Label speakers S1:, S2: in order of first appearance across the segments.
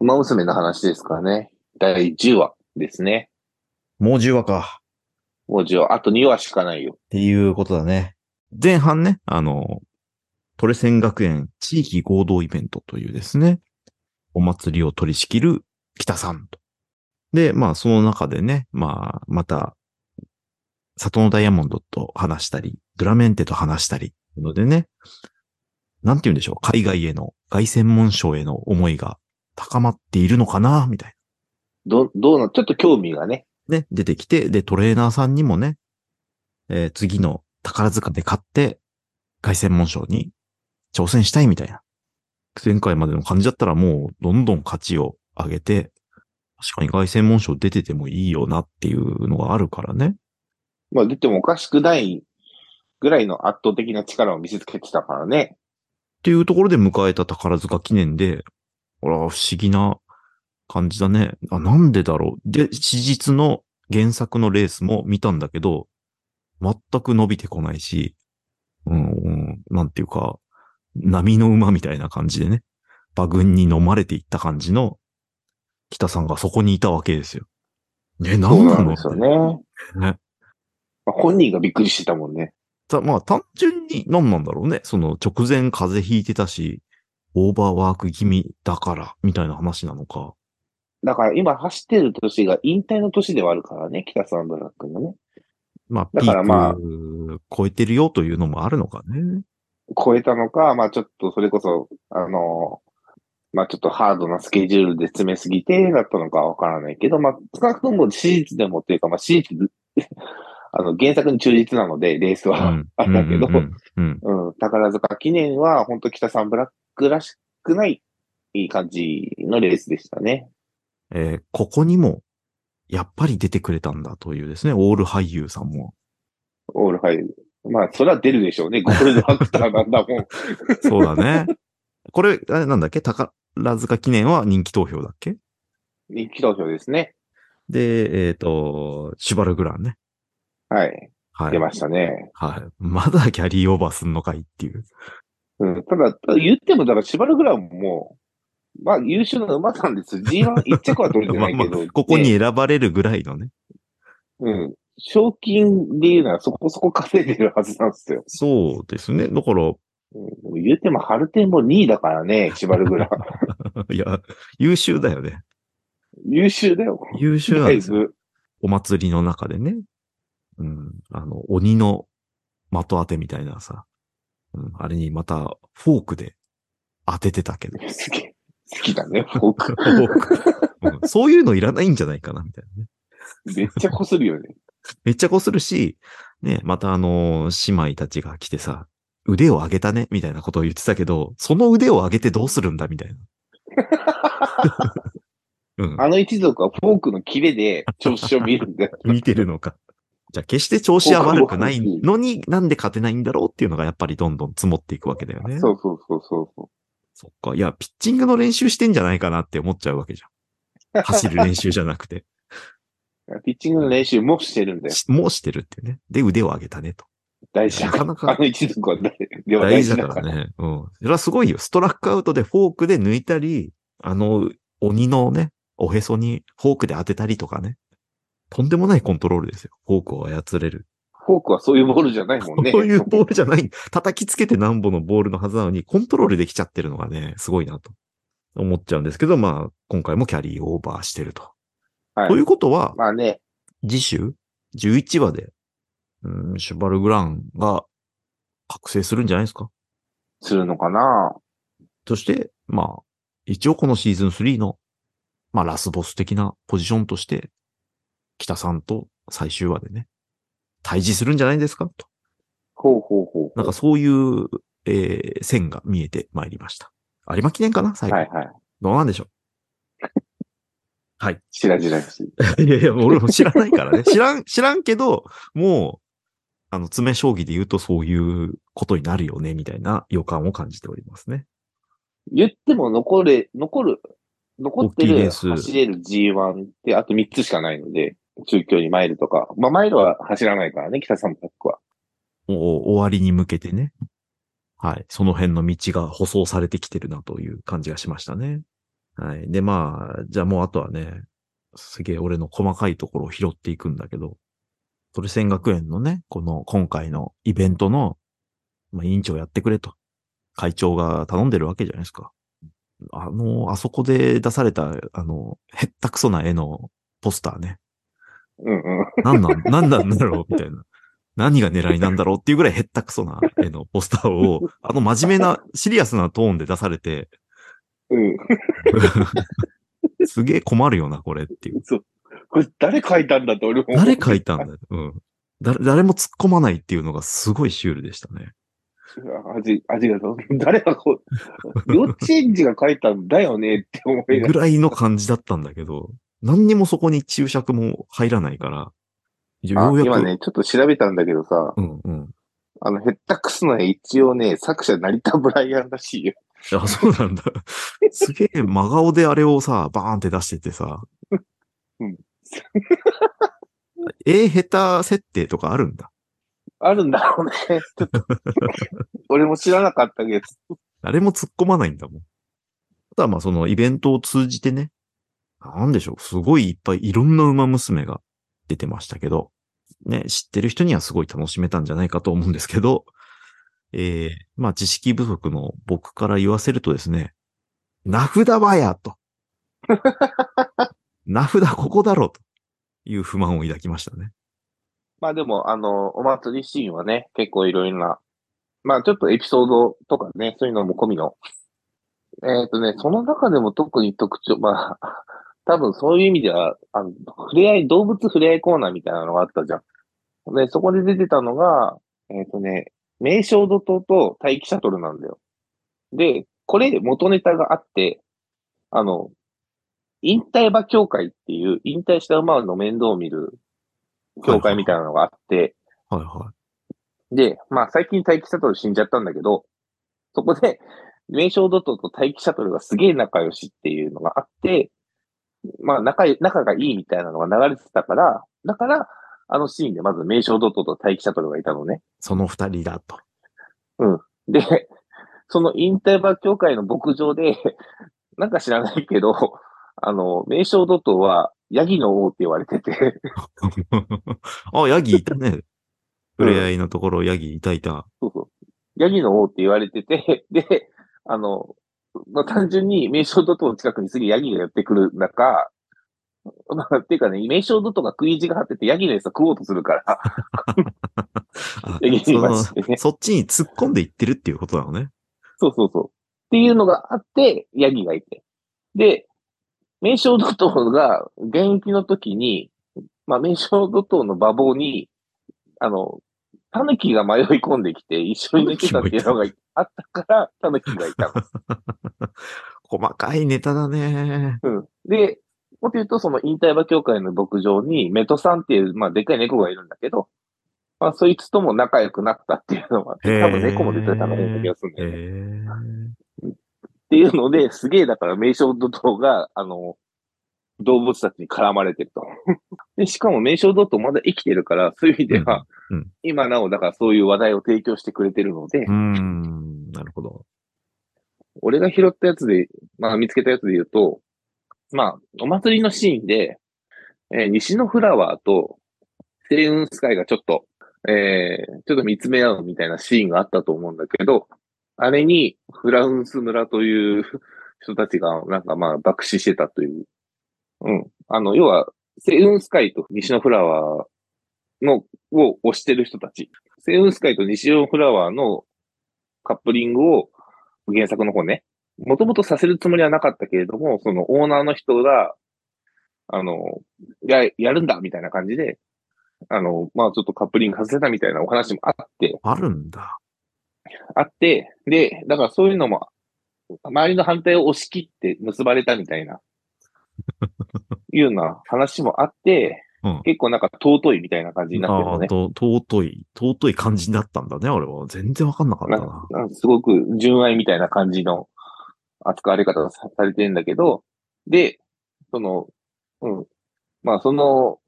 S1: 馬娘の話ですからね。第10話ですね。
S2: もう10話か。
S1: もう10話。あと2話しかないよ。
S2: っていうことだね。前半ね、あの、トレセン学園地域合同イベントというですね、お祭りを取り仕切る北さんと。で、まあその中でね、まあまた、里のダイヤモンドと話したり、ドラメンテと話したり、のでね、なんて言うんでしょう、海外への、外専門省への思いが高まっているのかな、みたいな。
S1: ど、どうな、ちょっと興味がね。
S2: ね、出てきて、で、トレーナーさんにもね、えー次の宝塚で買って、凱旋門賞に挑戦したいみたいな。前回までの感じだったらもう、どんどん勝ちを上げて、確かに凱旋門賞出ててもいいよなっていうのがあるからね。
S1: まあ出てもおかしくないぐらいの圧倒的な力を見せつけてたからね。
S2: っていうところで迎えた宝塚記念で、ほら、不思議な感じだね。あ、なんでだろう。で、史実の原作のレースも見たんだけど、全く伸びてこないし、うん、うん、なんていうか、波の馬みたいな感じでね、馬群に飲まれていった感じの、北さんがそこにいたわけですよ。え、な
S1: そうん
S2: な
S1: なん
S2: の
S1: ですよね。
S2: ね
S1: まあ、本人がびっくりしてたもんね。
S2: た、まあ単純に何なんだろうね。その直前風邪ひいてたし、オーバーワーク気味だから、みたいな話なのか。
S1: だから今走ってる年が引退の年ではあるからね、北サンドラックのね。
S2: まあ、
S1: だ
S2: ピ
S1: からまあ
S2: ーク超えてるよというのもあるのかね。
S1: 超えたのか、まあちょっとそれこそ、あの、まあちょっとハードなスケジュールで詰めすぎてだったのかわからないけど、まあ少なくとも史実でもっていうか、まあ史実、 あの原作に忠実なので、レース
S2: う
S1: は。
S2: ん
S1: あだけど
S2: うんうんうん
S1: うん、宝塚記念は本当北さんブラックらしくない、いい感じのレースでしたね。
S2: えーここにも、やっぱり出てくれたんだというですね、オール俳優さんも。
S1: オールハイ。まあそれは出るでしょうね。ゴールドアクターなんだもん。
S2: そうだね。これ、あれなんだっけ宝塚記念は人気投票だっけ
S1: 人気投票ですね。
S2: で、えっ、と、シュバルグランね。
S1: はい。
S2: はい
S1: 出。ましたね。
S2: はい。まだキャリーオーバーすんのかいっていう。
S1: うん、ただ、ただ言っても、だから、縛るぐらいもう、まあ、優秀な馬なんです。G1 一着は取れてないけど、
S2: ここ
S1: ね
S2: に選ばれるぐらいのね。
S1: うん。賞金で言うなら、そこそこ稼いでるはずなんですよ。
S2: そうですね。だから、
S1: うん、言っても、ハルテンも2位だからね、縛るぐらい。
S2: いや、優秀だよね。
S1: 優秀だよ。
S2: 優秀なんですよ。
S1: よ。
S2: お祭りの中でね。うん。あの、鬼の的当てみたいなさ。うん。あれにまた、フォークで当ててた けど。
S1: すげえ。好きだね、フォーク。
S2: フォークうんそういうのいらないんじゃないかな、みたいなね。
S1: めっちゃこするよね。
S2: めっちゃこするし、ね、またあの、姉妹たちが来てさ、腕を上げたね、みたいなことを言ってたけど、その腕を上げてどうするんだ、みたいな。 うん。
S1: あの一族はフォークのキレで調子を見るんだよ。
S2: 見てるのか。じゃあ、決して調子は悪くないのに、なんで勝てないんだろうっていうのがやっぱりどんどん積もっていくわけだよ ね。
S1: そうそうそうそうそう。
S2: そっか。いや、ピッチングの練習してんじゃないかなって思っちゃうわけじ ゃん。走る練習じゃなくて。
S1: ピッチングの練習もしてるんだよ。
S2: しもうしてるっていうね。で、腕を上げたねと。
S1: 大事だ
S2: な
S1: から
S2: かな
S1: あ
S2: か
S1: の一族は大では
S2: 大
S1: 大
S2: 事
S1: 事
S2: だ
S1: だか
S2: か
S1: ら。
S2: らね。うん。それはすごいよ。ストラックアウトでフォークで抜いたり、あの、鬼のね、おへそにフォークで当てたりとかね。とんでもないコントロールですよ。フォークを操れる。
S1: フォークはそういうボールじゃないもんね。
S2: そういうボールじゃない。叩きつけてなんぼのボールのはずなのに、コントロールできちゃってるのがね、すごいなと思っちゃうんですけど、まあ、今回もキャリーオーバーしてると。
S1: はい
S2: ということは、
S1: まあね、
S2: 次週、11話で、うん、シュバルグランが覚醒するんじゃないですか。
S1: するのかな。
S2: そして、まあ、一応このシーズン3の、まあ、ラスボス的なポジションとして、北さんと最終話でね、対峙するんじゃないですかと。
S1: ほうほうほう。
S2: なんかそういう、えー線が見えてまいりました。有馬記念かな最後。
S1: はいはい。
S2: どうなんでしょ
S1: しらじらし。
S2: う いやいや、俺も知らないか らね。知らん、知らんけど、もう、あの、詰め将棋で言うとそういうことになるよね、みたいな予感を感じておりますね。
S1: 言っても残れ、残る、残って
S2: 大きいレ
S1: る、
S2: ース
S1: 走れる G1 ってあと3つしかないので、中距離マイルとか。まあマイルは走らないからね、北さんのタックは。
S2: もう終わりに向けてね。はい。その辺の道が舗装されてきてるなという感じがしましたね。はい。で、まあ、じゃあもうあとはね、すげえ俺の細かいところを拾っていくんだけど、鳥仙学園のね、この今回のイベントの、まあ、委員長やってくれと。会長が頼んでるわけじゃないですか。あの、あそこで出された、あの、へったくそな絵のポスターね。
S1: うんうん。
S2: なんなん、なんなんだろうみたいな。何が狙いなんだろうっていうぐらいへったくそな絵のポスターを、あの真面目な、シリアスなトーンで出され て、
S1: うん。
S2: すげえ困るよな、これっていう。
S1: そう。これ誰書いたんだって俺も思う。
S2: 誰書いたんだよ。うん。だ誰も突っ込まないっていうのがすごいシュールでしたね。
S1: 味、味がどう、誰がこ う、幼稚園児が書いたんだよねって思いな
S2: ぐ
S1: がら。
S2: らいの感じだったんだけど、何にもそこに注釈も入らないから、
S1: あ
S2: ようやく。
S1: 今ね、ちょっと調べたんだけどさ、
S2: うんうん。
S1: あの、ヘッタックスの絵一応ね、作者成田ブライアンらしいよ。
S2: あ、そうなんだ。すげえ真顔であれをさ、バーンって出しててさ。
S1: うん。
S2: え、下手設定とかあるんだ。
S1: あるんだろうね。ちょっと 俺も知らなかったけど。
S2: 誰も突っ込まないんだもん。あとはまあそのイベントを通じてね、なんでしょう、すごいいっぱいいろんな馬娘が出てましたけど、ね、知ってる人にはすごい楽しめたんじゃないかと思うんですけど、えー、まあ知識不足の僕から言わせるとですね、名札はやと。名札ここだろという不満を抱きましたね。
S1: まあでも、あの、お祭りシーンはね、結構いろいろな、まあちょっとエピソードとかね、そういうのも込みの。えっ、とね、その中でも特に特徴、まあ、多分そういう意味では、あの、触れ合い、動物触れ合いコーナーみたいなのがあったじゃん。で、そこで出てたのが、えっ、とね、名称土塔と待機シャトルなんだよ。で、これ元ネタがあって、あの、引退馬協会っていう、引退した馬の面倒を見る協会みたいなのがあって、
S2: はいは
S1: で、まあ最近待機シャトル死んじゃったんだけど、そこで、名称ドットと待機シャトルがすげえ仲良しっていうのがあって、まあ仲い、仲がいいみたいなのが流れてたから、だから、あのシーンでまず名称ドットと待機シャトルがいたのね。
S2: い。その二人だと。
S1: で、そのインターバー協会の牧場で、なんか知らないけど、あの、名称ドットは、ヤギの王って言われてて、
S2: あ、ヤギいたね。触れ合いのところ、ヤギいたいた。
S1: そうそう。ヤギの王って言われてて、 で、あの、まあ、単純に名称ドットの近くにすぐヤギがやってくる中、まあ、っていうかね、名称ドットが食い意地が張ってて、ヤギの餌食おうとするから、
S2: あ
S1: ヤギに
S2: そ
S1: 言いま
S2: の
S1: してね。
S2: そっちに突っ込んでいってるっていうことなのね。
S1: そうそうそう。っていうのがあって、ヤギがいて。で、名称ドットが現役の時に、まあ、名称ドットの馬房に、あの、タヌキが迷い込んできて一緒に寝てたっていうのがあったから、タヌキがいたの。
S2: 細かいネタだね。
S1: うん。で、もっと言うと、その引退馬協会の牧場に、メトさんっていう、まあ、でっかい猫がいるんだけど、まあ、そいつとも仲良くなったっていうのは、多
S2: へー
S1: 分猫も出てたのに気がするんだ
S2: へ
S1: よね。っ
S2: ー
S1: ていうので、すげえ、だから、名称ドットが、あの、動物たちに絡まれてると。で、しかも名称ドットまだ生きてるから、そういう意味では、
S2: うんうん
S1: 今なお、だからそういう話題を提供してくれてるので、
S2: うーん、なるほど。
S1: 俺が拾ったやつで、まあ見つけたやつで言うと、まあ、お祭りのシーンで、えー西のフラワーと、セイウンスカイがちょっと、えーちょっと見つめ合うみたいなシーンがあったと思うんだけど、あれに、フラウンス村という人たちが、なんかまあ、爆死してたという。うん。あの、要は、セイウンスカイと西のフラワーの、を推してる人たち。セイウンスカイと西のフラワーのカップリングを、原作の方ね、もともとさせるつもりはなかったけれども、そのオーナーの人が、あの、や、やるんだみたいな感じで、あの、まあちょっとカップリング外せたみたいなお話もあって、
S2: あるんだ。
S1: あって、で、だからそういうのも、周りの反対を押し切って結ばれたみたい な、いうような話もあって、
S2: うん
S1: 結構なんか尊いみたいな感じになってる
S2: あ
S1: の
S2: あ
S1: ね。
S2: と、尊い、尊い感じだったんだね、俺は。全然わかんなかったな。
S1: なんかすごく純愛みたいな感じの扱われ方がさされてるんだけど、で、その、うん。まあ、その、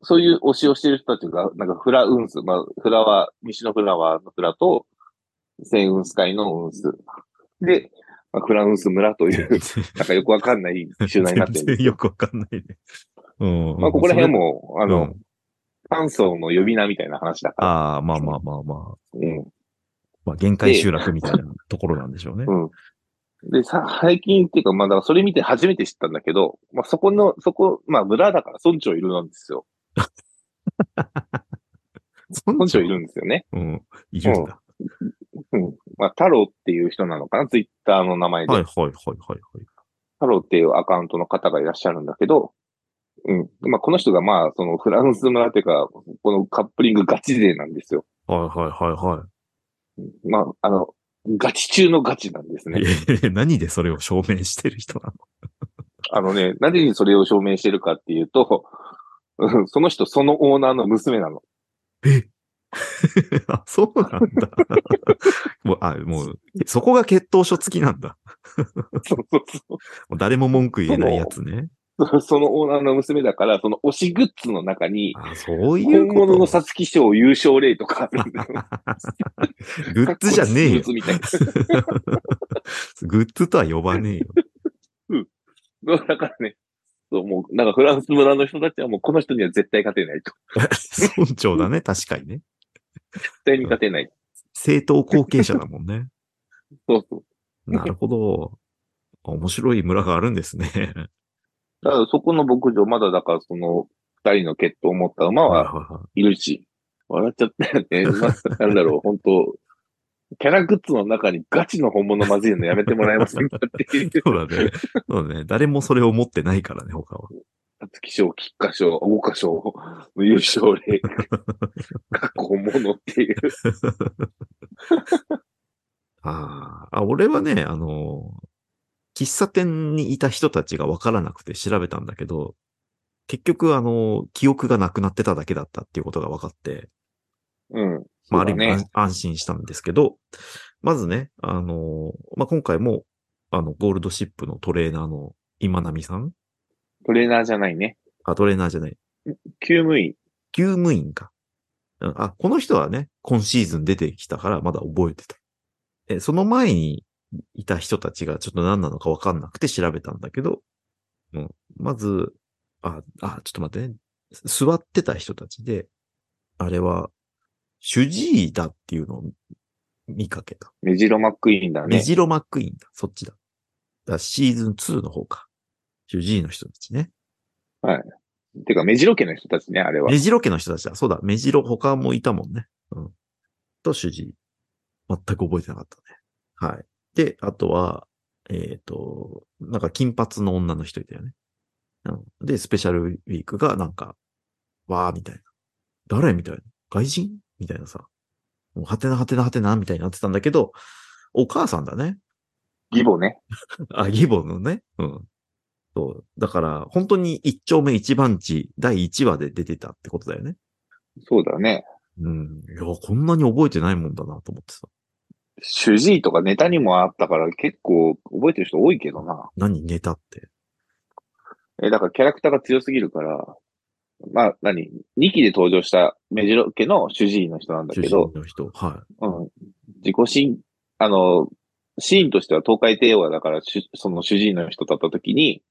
S1: そういう推しをしてる人たちが、なんかフラウンス、まあ、フラワー、西のフラワーのフラと、セイウンス会のウンス。で、まあ、フランス村という、 なんかよくわかんない集団になってるんで
S2: 全
S1: す。
S2: 然よくわかんないね。うん。
S1: まあ、ここら辺も、あ
S2: それ、う
S1: の
S2: ん、
S1: 炭素の呼び名みたいな話だから。
S2: ああ、まあまあまあまあ。
S1: うん。
S2: まあ、限界集落みたいなところなんでしょうね。
S1: うん。で、さ、最近っていうか、まあ、だからそれ見て初めて知ったんだけど、まあ、そこの、そこ、まあ、村だから村長いるんですよ。
S2: そん
S1: 村長いるんですよね。
S2: うん。いるんだ。
S1: まあ、太郎っていう人なのかな、ツイッターの名前で。
S2: はいはいはいはいはい。
S1: 太郎っていうアカウントの方がいらっしゃるんだけど、うん。まあ、この人が、まあ、その、フランス村っていうか、このカップリングガチ勢なんですよ。
S2: はいはいは
S1: まあ、あの、ガチ中のガチなんです
S2: いはい
S1: ね。
S2: え。何でそれを証明してる人なの
S1: あのね、なぜにそれを証明してるかっていうと、うんその人、そのオーナーの娘なの。
S2: あ、そうなんだ。 もう、あ、もう、そこが血統書付きなんだ。
S1: そうそうそう
S2: もう誰も文句言えないやつね。
S1: そ そのオーナーの娘だから、その推しグッズの中に、
S2: あ、そういう
S1: 本
S2: こと。
S1: 物の皐月賞優勝例とかあるんだよ。
S2: グッズじゃねえよ
S1: かっこいい。グッズみ
S2: グッズとは呼ばねえよ。
S1: たいな。だからね、そうもう、なんかフランス村の人たちはもうこの人には絶対勝てないと。
S2: 村長だね、確かにね。
S1: 絶対に勝てない。
S2: 政党後継者だもんね。
S1: そうそう。
S2: なるほど。面白い村があるんです ね。
S1: だからそこの牧場、まだだからその、二人の血統を持った馬
S2: はい
S1: は
S2: はいはい
S1: るし、笑っちゃったよね。まあ、なんだろう、本当キャラグッズの中にガチの本物まずいのやめてもらえませんかっていう
S2: い。。そうだね。そうだね。誰もそれを持ってないからね、他は。
S1: たつき賞、菊花賞、大花賞の優勝 例、過去物っていう。
S2: あーあ、俺はね、あのー、喫茶店にいた人たちがわからなくて調べたんだけど、結局、あのー、記憶がなくなってただけだったっていうことが分かって、
S1: うん。
S2: まあ、
S1: そ
S2: ある
S1: う
S2: 意
S1: だ
S2: 味
S1: ね
S2: 安、安心したんですけど、まずね、あのー、まあ、今回も、あの、ゴールドシップのトレーナーの今波さん
S1: トレーナーじゃないね。
S2: あ、トレーナーじゃない、
S1: 救務員。
S2: 給務員か。うんあ、この人はね、今シーズン出てきたからまだ覚えてた。え、その前にいた人たちがちょっと何なのかわかんなくて調べたんだけど、うん、まず、あ、あ、ちょっと待ってね。座ってた人たちで、あれは、主治医だっていうのを見かけた。
S1: メジロマックイーンだ
S2: メ
S1: ね。
S2: ジロマックイーンだ。そっちだ。だからシーズン2の方か。主治医の人たちね。
S1: てか、メジロ家の人たちね、あれは
S2: メ。ジロ家の人たちだ。そうだ、メジロ他もいたもんね。うん。と主治医。全く覚えてなかったね。はい。で、あとは、えっ、と、なんか金髪の女の人いたよね。うん。で、スペシャルウィークがなんか、わーみたいな。誰みたいな。外人みたいなさ。もうはてなはてなはてなみたいになってたんだけど、お母さんだね。
S1: 義母ね。
S2: あ、義母のね。うん。そう。だから、本当に一丁目一番地、第一話で出てたってことだよね。
S1: そうだね。
S2: うん。いや、こんなに覚えてないもんだなと思ってさ。
S1: 主治医とかネタにもあったから結構覚えてる人多いけどな。
S2: 何ネタって。
S1: え、だからキャラクターが強すぎるから、まあ、何 ?2 期で登場したメジロ家の主治医の人なんだ
S2: 中
S1: け
S2: 心
S1: ど、
S2: の人。は
S1: うん。自己新、あの、シーンとしては東海帝王だから、主その主治医の人だった時に、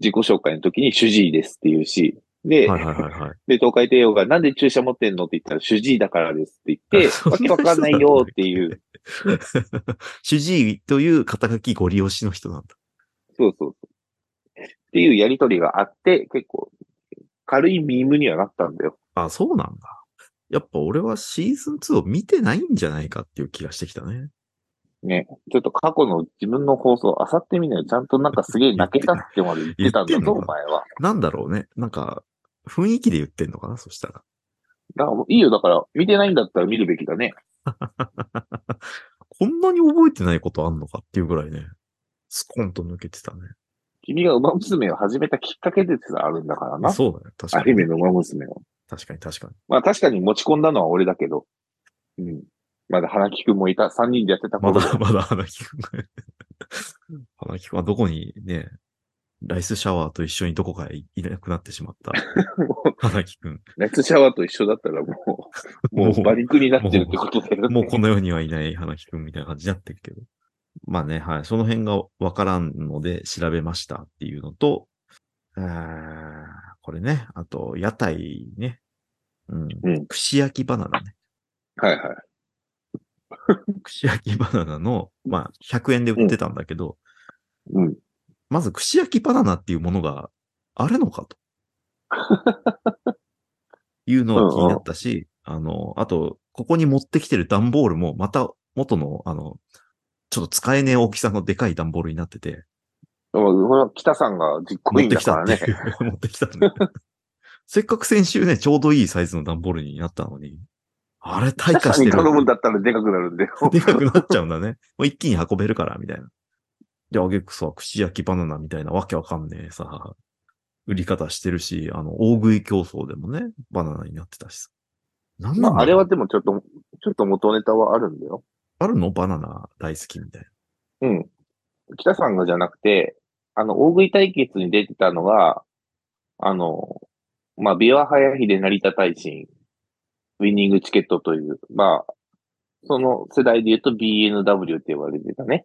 S1: 自己紹介の時に主治医ですっていうし、
S2: い。
S1: で、
S2: はいはいはいはい。
S1: で、東海帝王がなんで注射持ってんのって言ったら主治医だからですって言って、
S2: そん
S1: わ
S2: な
S1: け
S2: 人
S1: わかんないよっていう。
S2: 主治医という肩書きご利用しの人なんだ。
S1: そうそうそう。っていうやりとりがあって、結構、軽いミームにはなったんだよ。
S2: あ、そうなんだ。やっぱ俺はシーズン2を見てないんじゃないかっていう気がしてきたね。
S1: ね。ちょっと過去の自分の放送、あさってみないよ。ちゃんとなんかすげえ泣けたってまで言ってたんだ
S2: 言ってん
S1: ぞ、
S2: の
S1: お
S2: かな
S1: 前は。
S2: なんだろうね。なんか、雰囲気で言ってんのかなそしたら。
S1: だから、いいよ。だから、見てないんだったら見るべきだね。
S2: こんなに覚えてないことあんのかっていうぐらいね、スコンと抜けてたね。
S1: 君が馬娘を始めたきっかけですらあるんだからな。
S2: そうだね。確
S1: ア
S2: か
S1: ニメ
S2: に。
S1: の馬娘を。
S2: 確かに確かに。
S1: まあ確かに持ち込んだのは俺だけど。うん。まだ花木くんもいた。三人でやってた
S2: ま
S1: 頃だ
S2: だ、まだ花木くんが。花木くんはどこにね、ライスシャワーと一緒にどこかへいなくなってし まった。花木くん。
S1: 熱シャワーと一緒だったらも う、もう馬肉になってるってことだよね。
S2: もうこの世にはいない花木くんみたいな感じになってるけど。まあね、はい。その辺がわからんので調べましたっていうのと、あーこれね、あと、屋台ね。うん。
S1: うん
S2: 串焼きバナナね。
S1: はいはい。
S2: 串焼きバナナの、まあ、100円で売ってたんだけど、
S1: うん。
S2: まず串焼きバナナっていうものがあるの かと。いうのは気になったし、あの、あと、ここに持ってきてる段ボールもまた元の、あの、ちょっと使えねえ大きさのでかい段ボールになってて、
S1: でもこれは北さんが実行委
S2: 持っ
S1: 員
S2: て
S1: だ
S2: き
S1: か
S2: た
S1: ら
S2: って
S1: ね。
S2: いう、 持ってきたんで。せっかく先週ね、ちょうどいいサイズの段ボールになったのに、あれ退化
S1: 北さ
S2: し
S1: ん
S2: て
S1: に
S2: る。
S1: 頼むんだったらでかくなるんで。
S2: でかくなっちゃうんだね。もう一気に運べるから、みたいな。で、あげくさ、串焼きバナナみたいなわけわかんねえさ、売り方してるし、あの、大食い競争でもね、バナナになってたしさ。なん
S1: ま
S2: なんだろう
S1: あ、あれはでもちょっと、ちょっと元ネタはあるんだよ。
S2: あるのバナナ大好きみたいな。
S1: うん。北さんがじゃなくて、あの、大食い対決に出てたのが、あの、まあ、ビワハヤヒで成田大臣、ウィニングチケットという、まあ、その世代で言うと BNW って言われてたね。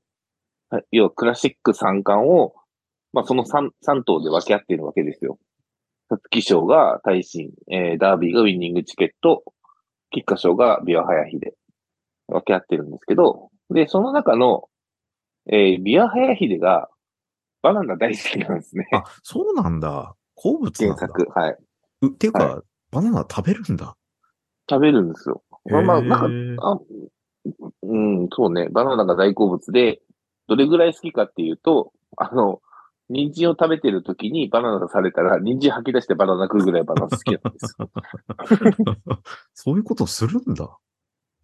S1: はい要はクラシック三冠を、まあ、その三、三頭で分け合っているわけですよ。皐月賞が大臣、えー、ダービーがウィニングチケット、菊花賞がビワハヤヒで分け合ってるんですけど、で、その中の、えー、ビアハヤヒデがバナナ大好きなんですね。
S2: あ、そうなんだ。好物な
S1: 原
S2: んだ。
S1: 作。はい。
S2: うっていうか、
S1: は
S2: バナナ食べるんだ。
S1: 食べるんですよ。まあまあ、なんか、
S2: へえ
S1: あうん、そうね。バナナが大好物で、どれぐらい好きかっていうと、あの、人参を食べてる時にバナナされたら、人参吐き出してバナナ食うぐらいバナナ好きなん ですよ。
S2: そういうことするんだ。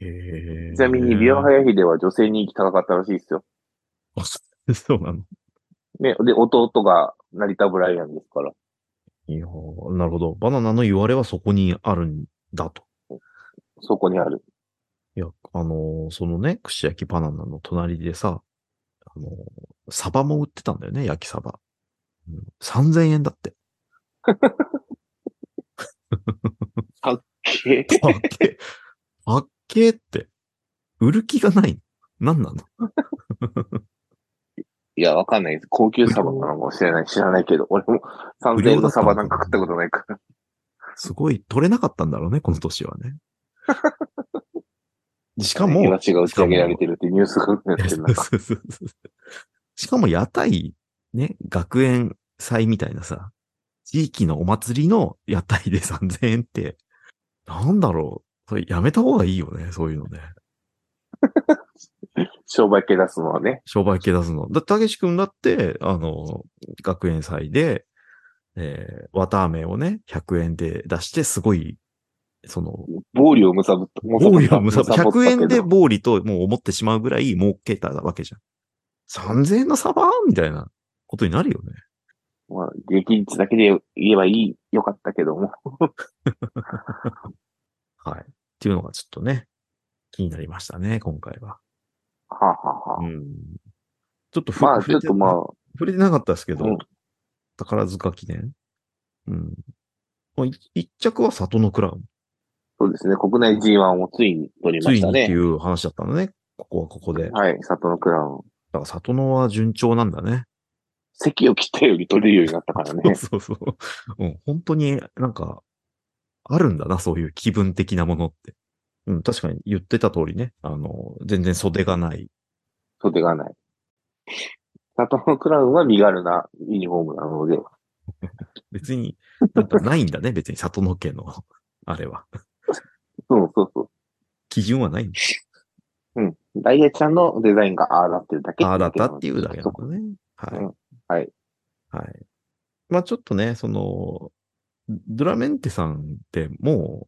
S2: ええ。
S1: ちなみに、ビアハヤヒデは女性人気高かったらしいですよ。
S2: あそうそうなの。
S1: ね。で、弟が成田ブライアンですから。
S2: いやーなるほど。バナナの言われはそこにあるんだと。
S1: そこにある。
S2: いや、あのーそのね、串焼きバナナの隣でさ、あのーサバも売ってたんだよね、焼きサバ。うん、3000円だって。
S1: け
S2: あっけ、あっけって。売る気がない。何なの
S1: いや、わかんないです。高級サバなのかもしれない。知らないけど。俺も3000円のサバなんか食ったことないから。
S2: すごい、取れなかったんだろうね、この年 はね。しか
S1: イ
S2: も
S1: ワ、シが打ち上げられてるってニュースが出てるんですけど、なんか。
S2: そうそうそう しかも屋台、ね、学園祭みたいなさ、地域のお祭りの屋台で3000円って、なんだろう。それやめた方がいいよね、そういうのね。
S1: 商売系出すのはね。
S2: 商売系出すの。だ、たけし君だって、あの、学園祭で、えー、綿飴をね、100円で出して、すごい、その、
S1: 暴利をむさぶった。むさぼ
S2: 暴
S1: っ
S2: 利
S1: た
S2: をむさぼ
S1: むった
S2: 100
S1: けど
S2: 円で暴利ともう思ってしまうぐらい儲けたわけじゃん。3000円のサバみたいなことになるよね。
S1: まあ、激日だけで言えばいい、よかったけども。
S2: はい。っていうのがちょっとね、気になりましたね、今回は。
S1: はあ、はあはあ
S2: うん。ちょっとふ
S1: まあ、
S2: 触
S1: ちょ
S2: れ
S1: ってとまあ、
S2: 触れてなかったですけど、
S1: うん
S2: 宝塚記念。うん。まあ、い一着は里のクラウン。
S1: そうですね。国内 G1 をついに取りま
S2: つい
S1: し
S2: に
S1: た
S2: ってい
S1: ね。
S2: う話だったのね。ここはここで。だか
S1: はい、里のクラウン。
S2: ら里のは順調なんだね。。
S1: 席を切ったより取れるようになったからね
S2: そうそうそう。うん、本当になんか、あるんだな、そういう気分的なものって。うん、確かに言ってた通りね。あの、全然袖がない。
S1: 袖がない。里のクラウンは身軽なユニフォームなので、
S2: 別に、なんかないんだね、別に里の家の、あれは。
S1: そうそうそう。
S2: 基準はないんだ。
S1: ダイヤちゃんのデザインがああだってるだけ
S2: ああだったっていうだけな
S1: そ
S2: のね。はい。
S1: うんはい。
S2: はい。まあちょっとね、その、ドラメンテさんってもう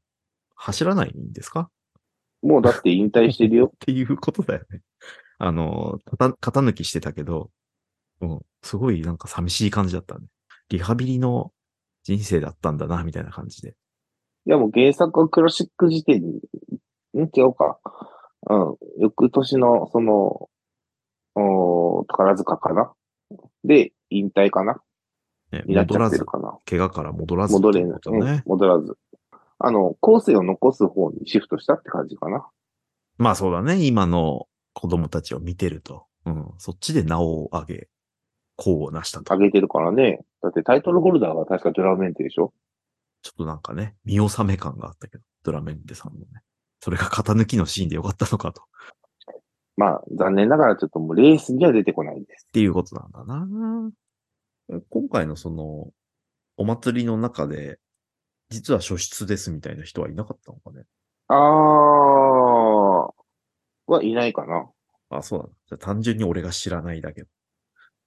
S2: 走らないんですか
S1: もうだって引退してるよ
S2: っ。ていうことだよね。あの、型型抜きしてたけど、うん、すごいなんか寂しい感じだったね。リハビリの人生だったんだな、みたいな感じで。
S1: いやもう原作はクラシック時点に、ん違うか。うん。翌年の、その、おー宝塚かなで、引退かな
S2: ね、
S1: になっち
S2: 戻
S1: ゃ
S2: ら
S1: って
S2: ず
S1: る、かな。
S2: 怪我から戻らず
S1: 戻
S2: って
S1: れ
S2: いう
S1: な
S2: こ
S1: い、
S2: と
S1: うん
S2: ね。。
S1: 戻らず。あの、後世を残す方にシフトしたって感じかな。
S2: まあそうだね、今の子供たちを見てると。ううん、そっちで名を上げ、功を成したと。
S1: 上げてるからね。だってタイトルホルダーが確かドラメンテでしょ
S2: ちょっとなんかね、見納め感があったけど、ドラメンテさんのね。それが型抜きのシーンでよかったのかと。っ
S1: まあ、残念ながらちょっともうレースには出てこないです。
S2: ていうことなんだな今回のその、お祭りの中で、実は初出ですみたいな人はいなかったのかね。
S1: あー、はいないかな。
S2: あ、そうなんだ。じゃあ単純に俺が知らないだけ。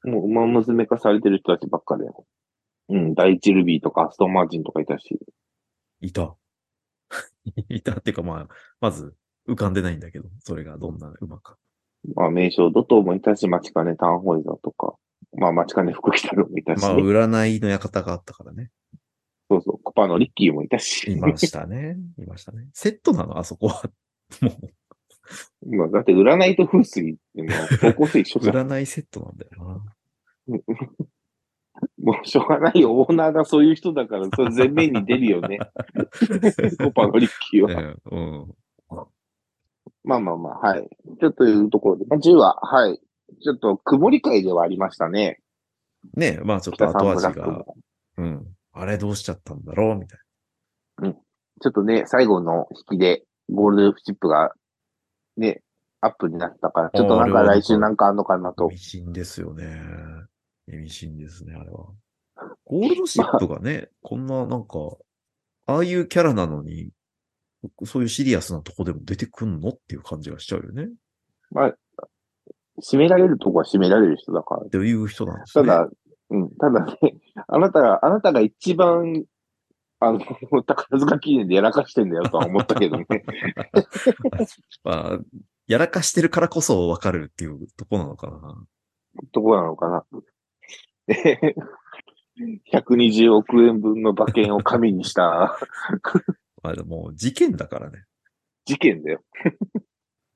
S1: もう、馬娘化されてる人たちばっかだよ。うん、第一ルビーとかアストンマーチンとかいたし。
S2: いた。 いたっていうかまあ、まず浮かんでないんだけど、それがどんな馬か。
S1: まあ、名称、ドトーもいたし、マチカネ、タンホイザーとか。まあ、マチカネ、福木太郎もいたし、
S2: まあ、占いの館があっ たからね。
S1: そうそう、コパのリッキーもいたし
S2: い。ましたね。いましたね。セットなのあそこは。も
S1: まあ、だって占いと風水ってもう高校生一緒
S2: う、
S1: じゃん。
S2: 占いセットなんだよ
S1: もうしょうがないオーナーがそういう人だから、それ全面に出るよ ね。コパのリッキーは。
S2: な。 ねうん。
S1: まあまあまあ、はい。ちょっというところで、まあ、10は、はい。ちょっと曇り会ではありましたね。
S2: ねまあちょっと
S1: 北さん
S2: 後
S1: ブラ
S2: 味
S1: ック
S2: が、
S1: も。
S2: うん。あれどうしちゃったんだろうみたい
S1: ちょっとね、最後の引きで、ゴールドチップが、ね、アップになったから、ちょっとなん
S2: あ
S1: か
S2: ーあれは
S1: 来週なんかあんのかな
S2: な。
S1: と
S2: 意。味深ですよね。意味深ですね、あれは。ゴールドシップがね、こんななんか、ああいうキャラなのに、そういうシリアスなとこでも出てくんのっていう感じがしちゃうよね。
S1: まあ、締められるとこは締められる人だから。
S2: っていう人なんです
S1: た
S2: ね。
S1: だ、うん、ただね、あなたが、あなたが一番、あの、宝塚記念でやらかしてんだよとは思ったけど ね。
S2: まあ、やらかしてるからこそわかるっていうとこなのかな。
S1: どこなのかな。 えへへ120億円分の馬券を紙にした
S2: まあでも、事件だからね。
S1: 事件だよ。